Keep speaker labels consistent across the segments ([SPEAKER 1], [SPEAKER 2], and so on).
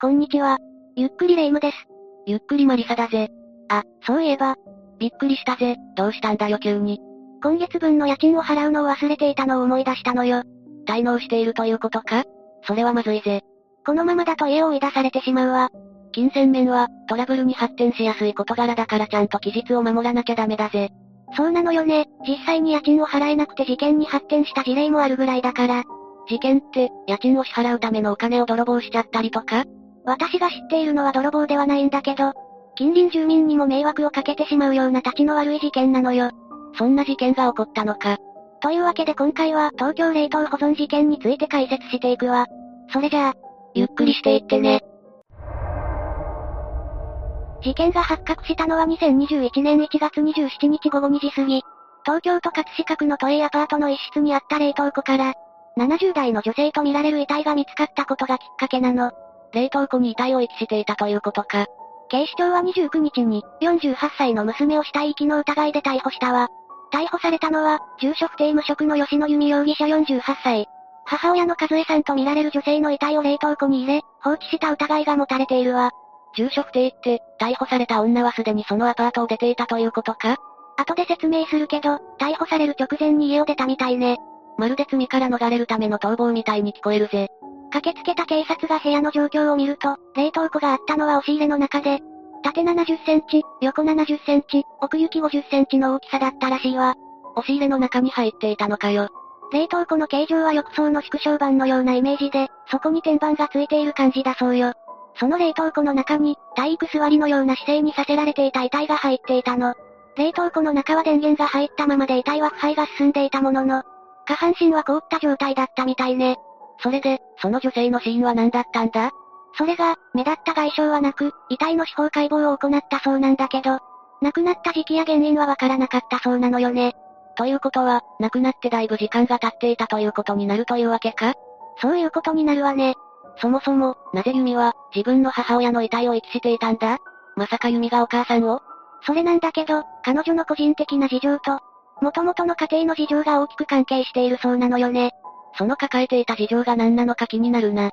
[SPEAKER 1] こんにちは。ゆっくりレ夢ムです。
[SPEAKER 2] ゆっくりマリサだぜ。
[SPEAKER 1] あ、そういえば、
[SPEAKER 2] びっくりしたぜ。どうしたんだよ急に。
[SPEAKER 1] 今月分の家賃を払うのを忘れていたのを思い出したのよ。
[SPEAKER 2] 滞納しているということかそれはまずいぜ。
[SPEAKER 1] このままだと家を追い出されてしまうわ。
[SPEAKER 2] 金銭面は、トラブルに発展しやすい事柄だからちゃんと期日を守らなきゃダメだぜ。
[SPEAKER 1] そうなのよね。実際に家賃を払えなくて事件に発展した事例もあるぐらいだから。
[SPEAKER 2] 事件って、家賃を支払うためのお金を泥棒しちゃったりとか
[SPEAKER 1] 私が知っているのは泥棒ではないんだけど、近隣住民にも迷惑をかけてしまうような立ちの悪い事件なのよ。
[SPEAKER 2] そんな事件が起こったのか。
[SPEAKER 1] というわけで今回は東京冷凍保存事件について解説していくわ。それじゃあ、
[SPEAKER 2] ゆっくりしていってね。
[SPEAKER 1] 事件が発覚したのは2021年1月27日午後2時過ぎ、東京都葛飾区の都営アパートの一室にあった冷凍庫から、70代の女性とみられる遺体が見つかったことがきっかけなの。
[SPEAKER 2] 冷凍庫に遺体を遺棄していたということか。
[SPEAKER 1] 警視庁は29日に、48歳の娘を死体遺棄の疑いで逮捕したわ。逮捕されたのは、住所不定無職の吉野由美容疑者48歳。母親の和江さんとみられる女性の遺体を冷凍庫に入れ、放置した疑いが持たれているわ。
[SPEAKER 2] 住所不定って、逮捕された女はすでにそのアパートを出ていたということか
[SPEAKER 1] 後で説明するけど、逮捕される直前に家を出たみたいね。
[SPEAKER 2] まるで罪から逃れるための逃亡みたいに聞こえるぜ。
[SPEAKER 1] 駆けつけた警察が部屋の状況を見ると、冷凍庫があったのは押し入れの中で、縦70センチ、横70センチ、奥行き50センチの大きさだったらしいわ。
[SPEAKER 2] 押し入れの中に入っていたのかよ。
[SPEAKER 1] 冷凍庫の形状は浴槽の縮小版のようなイメージで、そこに天板がついている感じだそうよ。その冷凍庫の中に、体育座りのような姿勢にさせられていた遺体が入っていたの。冷凍庫の中は電源が入ったままで遺体は腐敗が進んでいたものの、下半身は凍った状態だったみたいね。
[SPEAKER 2] それで、その女性の死因は何だったんだ
[SPEAKER 1] それが、目立った外傷はなく、遺体の司法解剖を行ったそうなんだけど、亡くなった時期や原因はわからなかったそうなのよね。
[SPEAKER 2] ということは、亡くなってだいぶ時間が経っていたということになるというわけか
[SPEAKER 1] そういうことになるわね。
[SPEAKER 2] そもそも、なぜユミは、自分の母親の遺体を遺棄していたんだまさかユミがお母さんを
[SPEAKER 1] それなんだけど、彼女の個人的な事情と、元々の家庭の事情が大きく関係しているそうなのよね。
[SPEAKER 2] その抱えていた事情が何なのか気になるな。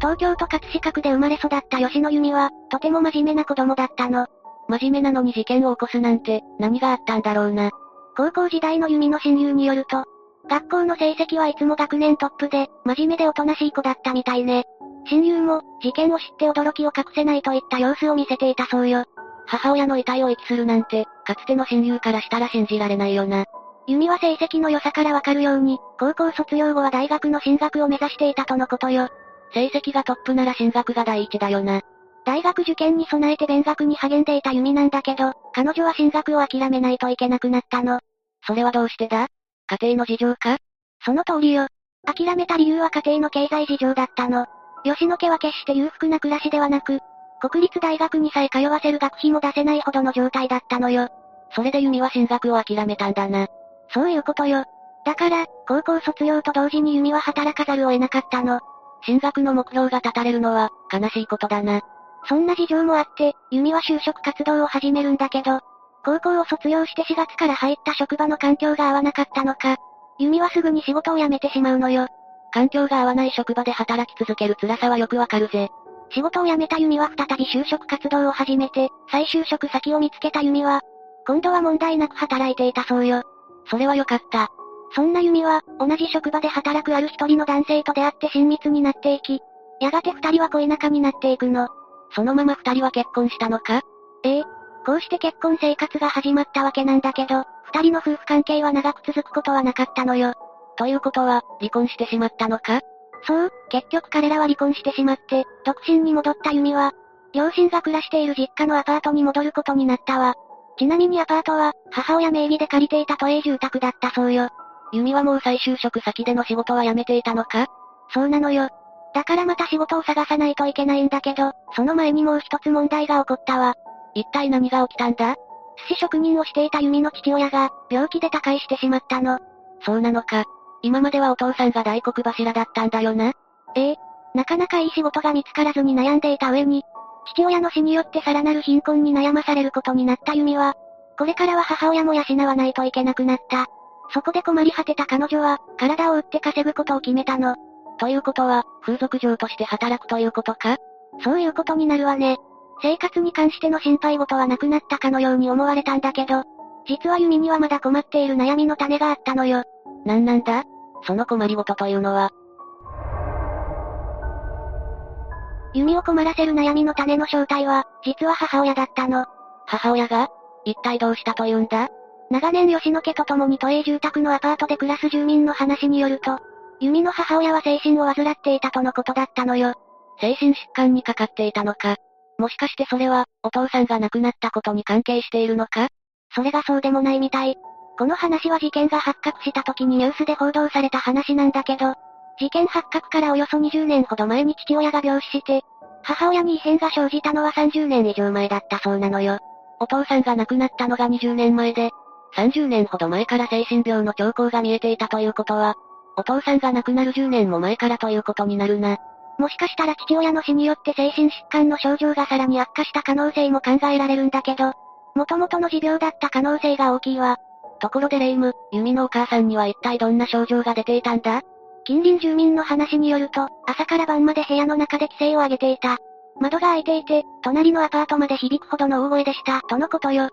[SPEAKER 1] 東京都葛飾区で生まれ育った吉野由美は、とても真面目な子供だったの。
[SPEAKER 2] 真面目なのに事件を起こすなんて、何があったんだろうな。
[SPEAKER 1] 高校時代の由美の親友によると、学校の成績はいつも学年トップで、真面目でおとなしい子だったみたいね。親友も、事件を知って驚きを隠せないといった様子を見せていたそうよ。
[SPEAKER 2] 母親の遺体を遺棄するなんて、かつての親友からしたら信じられないよな。
[SPEAKER 1] 由美は成績の良さからわかるように、高校卒業後は大学の進学を目指していたとのことよ。
[SPEAKER 2] 成績がトップなら進学が第一だよな。
[SPEAKER 1] 大学受験に備えて勉学に励んでいた由美なんだけど、彼女は進学を諦めないといけなくなったの。
[SPEAKER 2] それはどうしてだ家庭の事情か
[SPEAKER 1] その通りよ。諦めた理由は家庭の経済事情だったの。吉野家は決して裕福な暮らしではなく、国立大学にさえ通わせる学費も出せないほどの状態だったのよ。
[SPEAKER 2] それで由美は進学を諦めたんだな。
[SPEAKER 1] そういうことよ。だから、高校卒業と同時に由美は働かざるを得なかったの。
[SPEAKER 2] 進学の目標が立たれるのは、悲しいことだな。
[SPEAKER 1] そんな事情もあって、由美は就職活動を始めるんだけど、高校を卒業して4月から入った職場の環境が合わなかったのか、由美はすぐに仕事を辞めてしまうのよ。
[SPEAKER 2] 環境が合わない職場で働き続ける辛さはよくわかるぜ。
[SPEAKER 1] 仕事を辞めた由美は再び就職活動を始めて、再就職先を見つけた由美は、今度は問題なく働いていたそうよ。
[SPEAKER 2] それは良かった。
[SPEAKER 1] そんな由美は、同じ職場で働くある一人の男性と出会って親密になっていき、やがて二人は恋仲になっていくの。
[SPEAKER 2] そのまま二人は結婚したのか
[SPEAKER 1] ええ。こうして結婚生活が始まったわけなんだけど、二人の夫婦関係は長く続くことはなかったのよ。
[SPEAKER 2] ということは、離婚してしまったのか
[SPEAKER 1] そう、結局彼らは離婚してしまって、独身に戻った由美は、両親が暮らしている実家のアパートに戻ることになったわ。ちなみにアパートは、母親名義で借りていた都営住宅だったそうよ。
[SPEAKER 2] 由美はもう再就職先での仕事は辞めていたのか
[SPEAKER 1] そうなのよ。だからまた仕事を探さないといけないんだけど、その前にもう一つ問題が起こったわ。
[SPEAKER 2] 一体何が起きたんだ
[SPEAKER 1] 寿司職人をしていた由美の父親が、病気で他界してしまったの。
[SPEAKER 2] そうなのか。今まではお父さんが大黒柱だったんだよな。
[SPEAKER 1] ええ。なかなかいい仕事が見つからずに悩んでいた上に、父親の死によってさらなる貧困に悩まされることになった由美は、これからは母親も養わないといけなくなった。そこで困り果てた彼女は、体を打って稼ぐことを決めたの。
[SPEAKER 2] ということは、風俗嬢として働くということか
[SPEAKER 1] そういうことになるわね。生活に関しての心配事はなくなったかのように思われたんだけど、実は弓にはまだ困っている悩みの種があったのよ。
[SPEAKER 2] なんなんだその困りごとというのは、
[SPEAKER 1] 弓を困らせる悩みの種の正体は、実は母親だったの。
[SPEAKER 2] 母親が一体どうしたというんだ
[SPEAKER 1] 長年吉野家と共に都営住宅のアパートで暮らす住民の話によると、弓の母親は精神を患っていたとのことだったのよ。
[SPEAKER 2] 精神疾患にかかっていたのかもしかしてそれは、お父さんが亡くなったことに関係しているのか
[SPEAKER 1] それがそうでもないみたい。この話は事件が発覚した時にニュースで報道された話なんだけど、事件発覚からおよそ20年ほど前に父親が病死して、母親に異変が生じたのは30年以上前だったそうなのよ。
[SPEAKER 2] お父さんが亡くなったのが20年前で、30年ほど前から精神病の兆候が見えていたということは、お父さんが亡くなる10年も前からということになるな。
[SPEAKER 1] もしかしたら父親の死によって精神疾患の症状がさらに悪化した可能性も考えられるんだけど、元々の持病だった可能性が大きいわ。
[SPEAKER 2] ところでレイム、ユミのお母さんには一体どんな症状が出ていたんだ
[SPEAKER 1] 近隣住民の話によると、朝から晩まで部屋の中で規制を上げていた。窓が開いていて、隣のアパートまで響くほどの大声でした、とのことよ。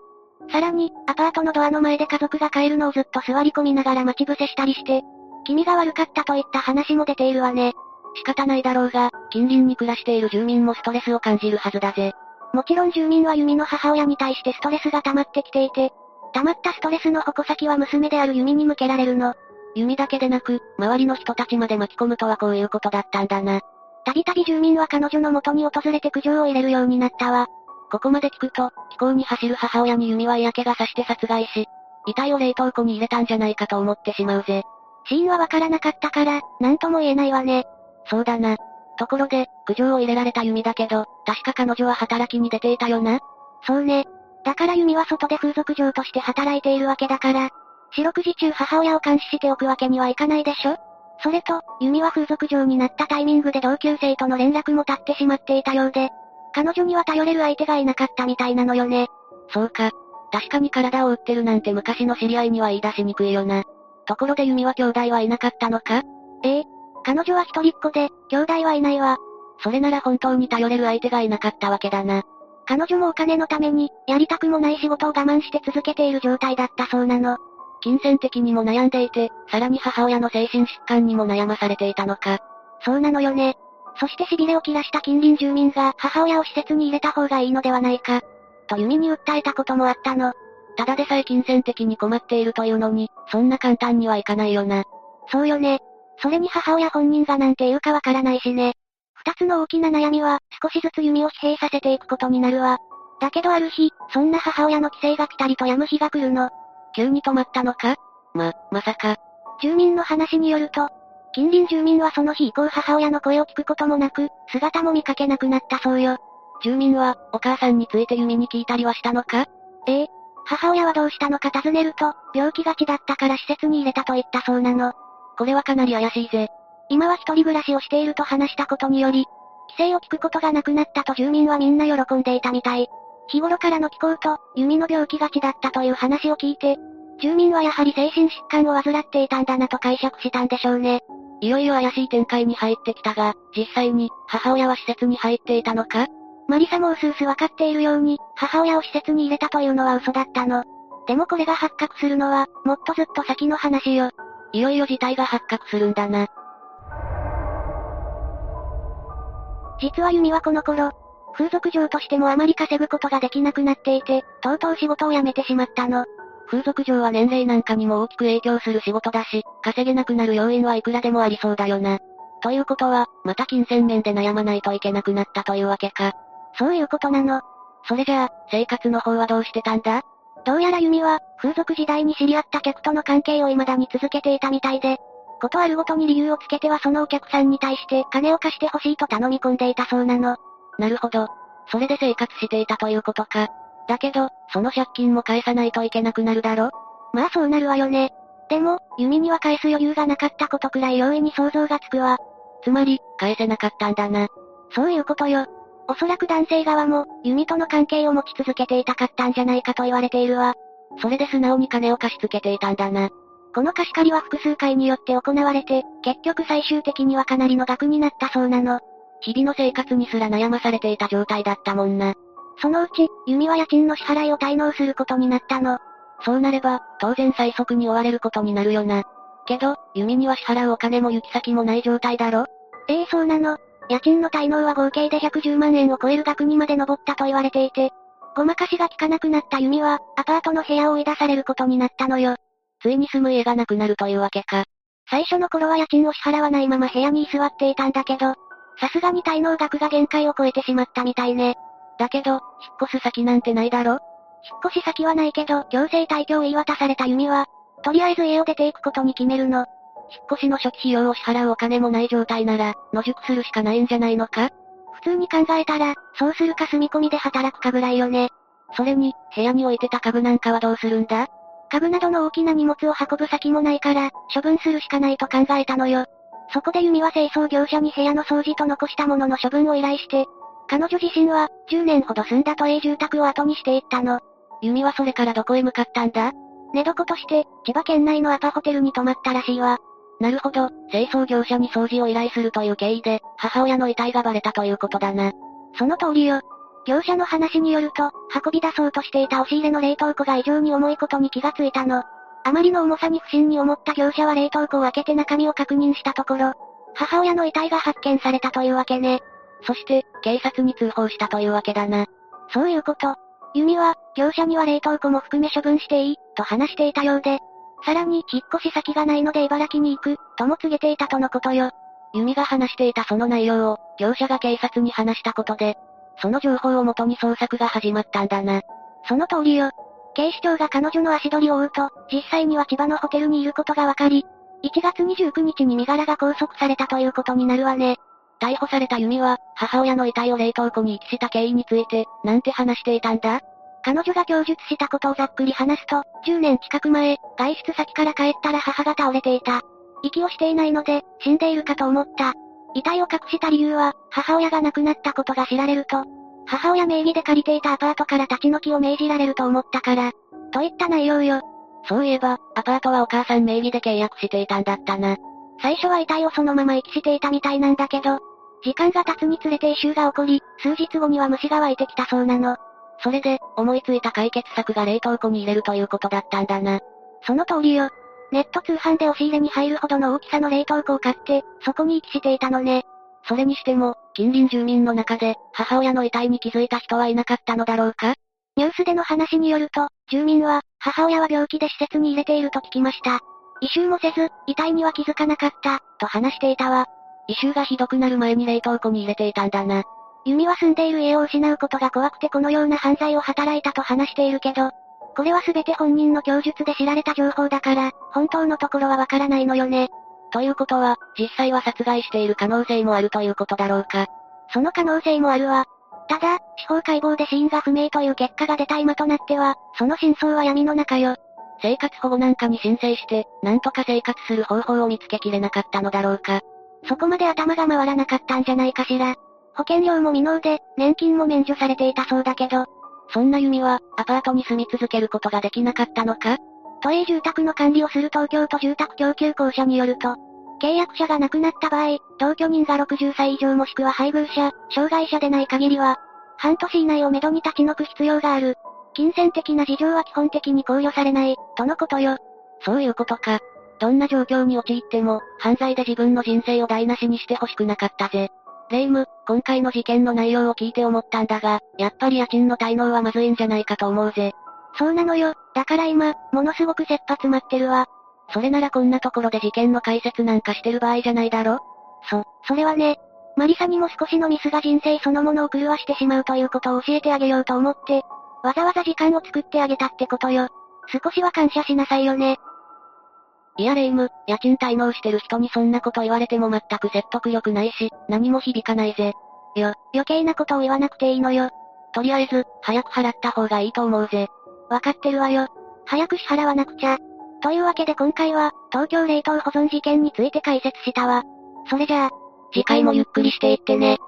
[SPEAKER 1] さらに、アパートのドアの前で家族が帰るのをずっと座り込みながら待ち伏せしたりして、気味が悪かったといった話も出ているわね。
[SPEAKER 2] 仕方ないだろうが、近隣に暮らしている住民もストレスを感じるはずだぜ。
[SPEAKER 1] もちろん住民は弓の母親に対してストレスが溜まってきていて、溜まったストレスの矛先は娘である弓に向けられるの。
[SPEAKER 2] 弓だけでなく、周りの人たちまで巻き込むとはこういうことだったんだな。
[SPEAKER 1] たびたび住民は彼女の元に訪れて苦情を入れるようになったわ。
[SPEAKER 2] ここまで聞くと、気候に走る母親に弓は嫌気がさして殺害し、遺体を冷凍庫に入れたんじゃないかと思ってしまうぜ。
[SPEAKER 1] 死因はわからなかったから、なんとも言えないわね。
[SPEAKER 2] そうだな。ところで、苦情を入れられた弓だけど、確か彼女は働きに出ていたよな。
[SPEAKER 1] そうね。だから弓は外で風俗嬢として働いているわけだから、四六時中母親を監視しておくわけにはいかないでしょそれと、弓は風俗嬢になったタイミングで同級生との連絡も立ってしまっていたようで、彼女には頼れる相手がいなかったみたいなのよね。
[SPEAKER 2] そうか。確かに体を売ってるなんて昔の知り合いには言い出しにくいよな。ところで弓は兄弟はいなかったのか
[SPEAKER 1] ええ。彼女は一人っ子で、兄弟はいないわ。
[SPEAKER 2] それなら本当に頼れる相手がいなかったわけだな。
[SPEAKER 1] 彼女もお金のために、やりたくもない仕事を我慢して続けている状態だったそうなの。
[SPEAKER 2] 金銭的にも悩んでいて、さらに母親の精神疾患にも悩まされていたのか。
[SPEAKER 1] そうなのよね。そして痺れを切らした近隣住民が母親を施設に入れた方がいいのではないか。と弓に訴えたこともあったの。
[SPEAKER 2] ただでさえ金銭的に困っているというのに、そんな簡単にはいかないよな。
[SPEAKER 1] そうよね。それに母親本人がなんて言うかわからないしね。二つの大きな悩みは、少しずつ弓を疲弊させていくことになるわ。だけどある日、そんな母親の規制がピタリと止む日が来るの。
[SPEAKER 2] 急に止まったのかま、まさか。
[SPEAKER 1] 住民の話によると、近隣住民はその日以降母親の声を聞くこともなく、姿も見かけなくなったそうよ。
[SPEAKER 2] 住民は、お母さんについて弓に聞いたりはしたのか
[SPEAKER 1] ええ。母親はどうしたのか尋ねると、病気がちだったから施設に入れたと言ったそうなの。
[SPEAKER 2] これはかなり怪しいぜ。
[SPEAKER 1] 今は一人暮らしをしていると話したことにより、規制を聞くことがなくなったと住民はみんな喜んでいたみたい。日頃からの気候と、弓の病気がちだったという話を聞いて、住民はやはり精神疾患を患っていたんだなと解釈したんでしょうね。
[SPEAKER 2] いよいよ怪しい展開に入ってきたが、実際に、母親は施設に入っていたのか
[SPEAKER 1] マリサもうすうすわかっているように、母親を施設に入れたというのは嘘だったの。でもこれが発覚するのは、もっとずっと先の話よ。
[SPEAKER 2] いよいよ事態が発覚するんだな。
[SPEAKER 1] 実は弓はこの頃、風俗嬢としてもあまり稼ぐことができなくなっていて、とうとう仕事を辞めてしまったの。
[SPEAKER 2] 風俗嬢は年齢なんかにも大きく影響する仕事だし、稼げなくなる要因はいくらでもありそうだよな。ということは、また金銭面で悩まないといけなくなったというわけか。
[SPEAKER 1] そういうことなの。
[SPEAKER 2] それじゃあ、生活の方はどうしてたんだ
[SPEAKER 1] どうやら弓は、風俗時代に知り合った客との関係を未だに続けていたみたいで、ことあるごとに理由をつけてはそのお客さんに対して金を貸してほしいと頼み込んでいたそうなの。
[SPEAKER 2] なるほど。それで生活していたということか。だけど、その借金も返さないといけなくなるだろ
[SPEAKER 1] まあそうなるわよね。でも、弓には返す余裕がなかったことくらい容易に想像がつくわ。
[SPEAKER 2] つまり、返せなかったんだな。
[SPEAKER 1] そういうことよ。おそらく男性側も、弓との関係を持ち続けていたかったんじゃないかと言われているわ。
[SPEAKER 2] それで素直に金を貸し付けていたんだな。
[SPEAKER 1] この貸し借りは複数回によって行われて、結局最終的にはかなりの額になったそうなの。
[SPEAKER 2] 日々の生活にすら悩まされていた状態だったもんな。
[SPEAKER 1] そのうち、弓は家賃の支払いを滞納することになったの。
[SPEAKER 2] そうなれば、当然最速に追われることになるよな。けど、弓には支払うお金も行き先もない状態だろ
[SPEAKER 1] ええそうなの。家賃の滞納は合計で110万円を超える額にまで上ったと言われていて、ごまかしが効かなくなった弓は、アパートの部屋を追い出されることになったのよ。
[SPEAKER 2] ついに住む家がなくなるというわけか。
[SPEAKER 1] 最初の頃は家賃を支払わないまま部屋に居座っていたんだけど、さすがに滞納額が限界を超えてしまったみたいね。
[SPEAKER 2] だけど、引っ越す先なんてないだろ
[SPEAKER 1] 引っ越し先はないけど、強制退去を言い渡された弓は、とりあえず家を出ていくことに決めるの。
[SPEAKER 2] 引っ越しの初期費用を支払うお金もない状態なら、野宿するしかないんじゃないのか
[SPEAKER 1] 普通に考えたら、そうするか住み込みで働くかぐらいよね。
[SPEAKER 2] それに、部屋に置いてた家具なんかはどうするんだ
[SPEAKER 1] 家具などの大きな荷物を運ぶ先もないから、処分するしかないと考えたのよ。そこで弓は清掃業者に部屋の掃除と残したものの処分を依頼して、彼女自身は、10年ほど住んだ都営住宅を後にしていったの。
[SPEAKER 2] 弓はそれからどこへ向かったんだ
[SPEAKER 1] 寝床として、千葉県内のアパホテルに泊まったらしいわ。
[SPEAKER 2] なるほど、清掃業者に掃除を依頼するという経緯で、母親の遺体がバレたということだな。
[SPEAKER 1] その通りよ。業者の話によると、運び出そうとしていた押し入れの冷凍庫が異常に重いことに気がついたの。あまりの重さに不審に思った業者は冷凍庫を開けて中身を確認したところ、母親の遺体が発見されたというわけね。
[SPEAKER 2] そして、警察に通報したというわけだな。
[SPEAKER 1] そういうこと。弓は、業者には冷凍庫も含め処分していい、と話していたようで、さらに、引っ越し先がないので茨城に行く、とも告げていたとのことよ。
[SPEAKER 2] 弓が話していたその内容を、業者が警察に話したことで、その情報をもとに捜索が始まったんだな。
[SPEAKER 1] その通りよ。警視庁が彼女の足取りを追うと、実際には千葉のホテルにいることがわかり、1月29日に身柄が拘束されたということになるわね。
[SPEAKER 2] 逮捕された弓は、母親の遺体を冷凍庫に遺棄した経緯について、なんて話していたんだ
[SPEAKER 1] 彼女が供述したことをざっくり話すと、10年近く前、外出先から帰ったら母が倒れていた。息をしていないので、死んでいるかと思った。遺体を隠した理由は、母親が亡くなったことが知られると、母親名義で借りていたアパートから立ち退きを命じられると思ったから、といった内容よ。
[SPEAKER 2] そういえば、アパートはお母さん名義で契約していたんだったな。
[SPEAKER 1] 最初は遺体をそのまま遺棄していたみたいなんだけど、時間が経つにつれて異臭が起こり、数日後には虫が湧いてきたそうなの。
[SPEAKER 2] それで、思いついた解決策が冷凍庫に入れるということだったんだな。
[SPEAKER 1] その通りよ。ネット通販で押し入れに入るほどの大きさの冷凍庫を買って、そこに遺棄していたのね。
[SPEAKER 2] それにしても、近隣住民の中で、母親の遺体に気づいた人はいなかったのだろうか
[SPEAKER 1] ニュースでの話によると、住民は、母親は病気で施設に入れていると聞きました。異臭もせず、遺体には気づかなかった、と話していたわ。
[SPEAKER 2] 異臭がひどくなる前に冷凍庫に入れていたんだな。
[SPEAKER 1] 弓は住んでいる家を失うことが怖くてこのような犯罪を働いたと話しているけど、これは全て本人の供述で知られた情報だから、本当のところはわからないのよね。
[SPEAKER 2] ということは、実際は殺害している可能性もあるということだろうか。
[SPEAKER 1] その可能性もあるわ。ただ、司法解剖で死因が不明という結果が出た今となっては、その真相は闇の中よ。
[SPEAKER 2] 生活保護なんかに申請して、なんとか生活する方法を見つけきれなかったのだろうか。
[SPEAKER 1] そこまで頭が回らなかったんじゃないかしら。保険料も未納で、年金も免除されていたそうだけど、
[SPEAKER 2] そんな弓は、アパートに住み続けることができなかったのか
[SPEAKER 1] 都営住宅の管理をする東京都住宅供給公社によると、契約者が亡くなった場合、同居人が60歳以上もしくは配偶者、障害者でない限りは、半年以内をめどに立ち退く必要がある。金銭的な事情は基本的に考慮されない、とのことよ。
[SPEAKER 2] そういうことか。どんな状況に陥っても、犯罪で自分の人生を台無しにしてほしくなかったぜ。レイム、今回の事件の内容を聞いて思ったんだが、やっぱり家賃の滞納はまずいんじゃないかと思うぜ。
[SPEAKER 1] そうなのよ。だから今、ものすごく切羽詰まってるわ。
[SPEAKER 2] それならこんなところで事件の解説なんかしてる場合じゃないだろ
[SPEAKER 1] そ、それはね。マリサにも少しのミスが人生そのものを狂わしてしまうということを教えてあげようと思って、わざわざ時間を作ってあげたってことよ。少しは感謝しなさいよね。
[SPEAKER 2] いやレイム、家賃滞納してる人にそんなこと言われても全く説得力ないし、何も響かないぜ。
[SPEAKER 1] よ、余計なことを言わなくていいのよ。
[SPEAKER 2] とりあえず、早く払った方がいいと思うぜ。
[SPEAKER 1] わかってるわよ。早く支払わなくちゃ。というわけで今回は、東京冷凍保存事件について解説したわ。それじゃあ、
[SPEAKER 2] 次回もゆっくりしていってね。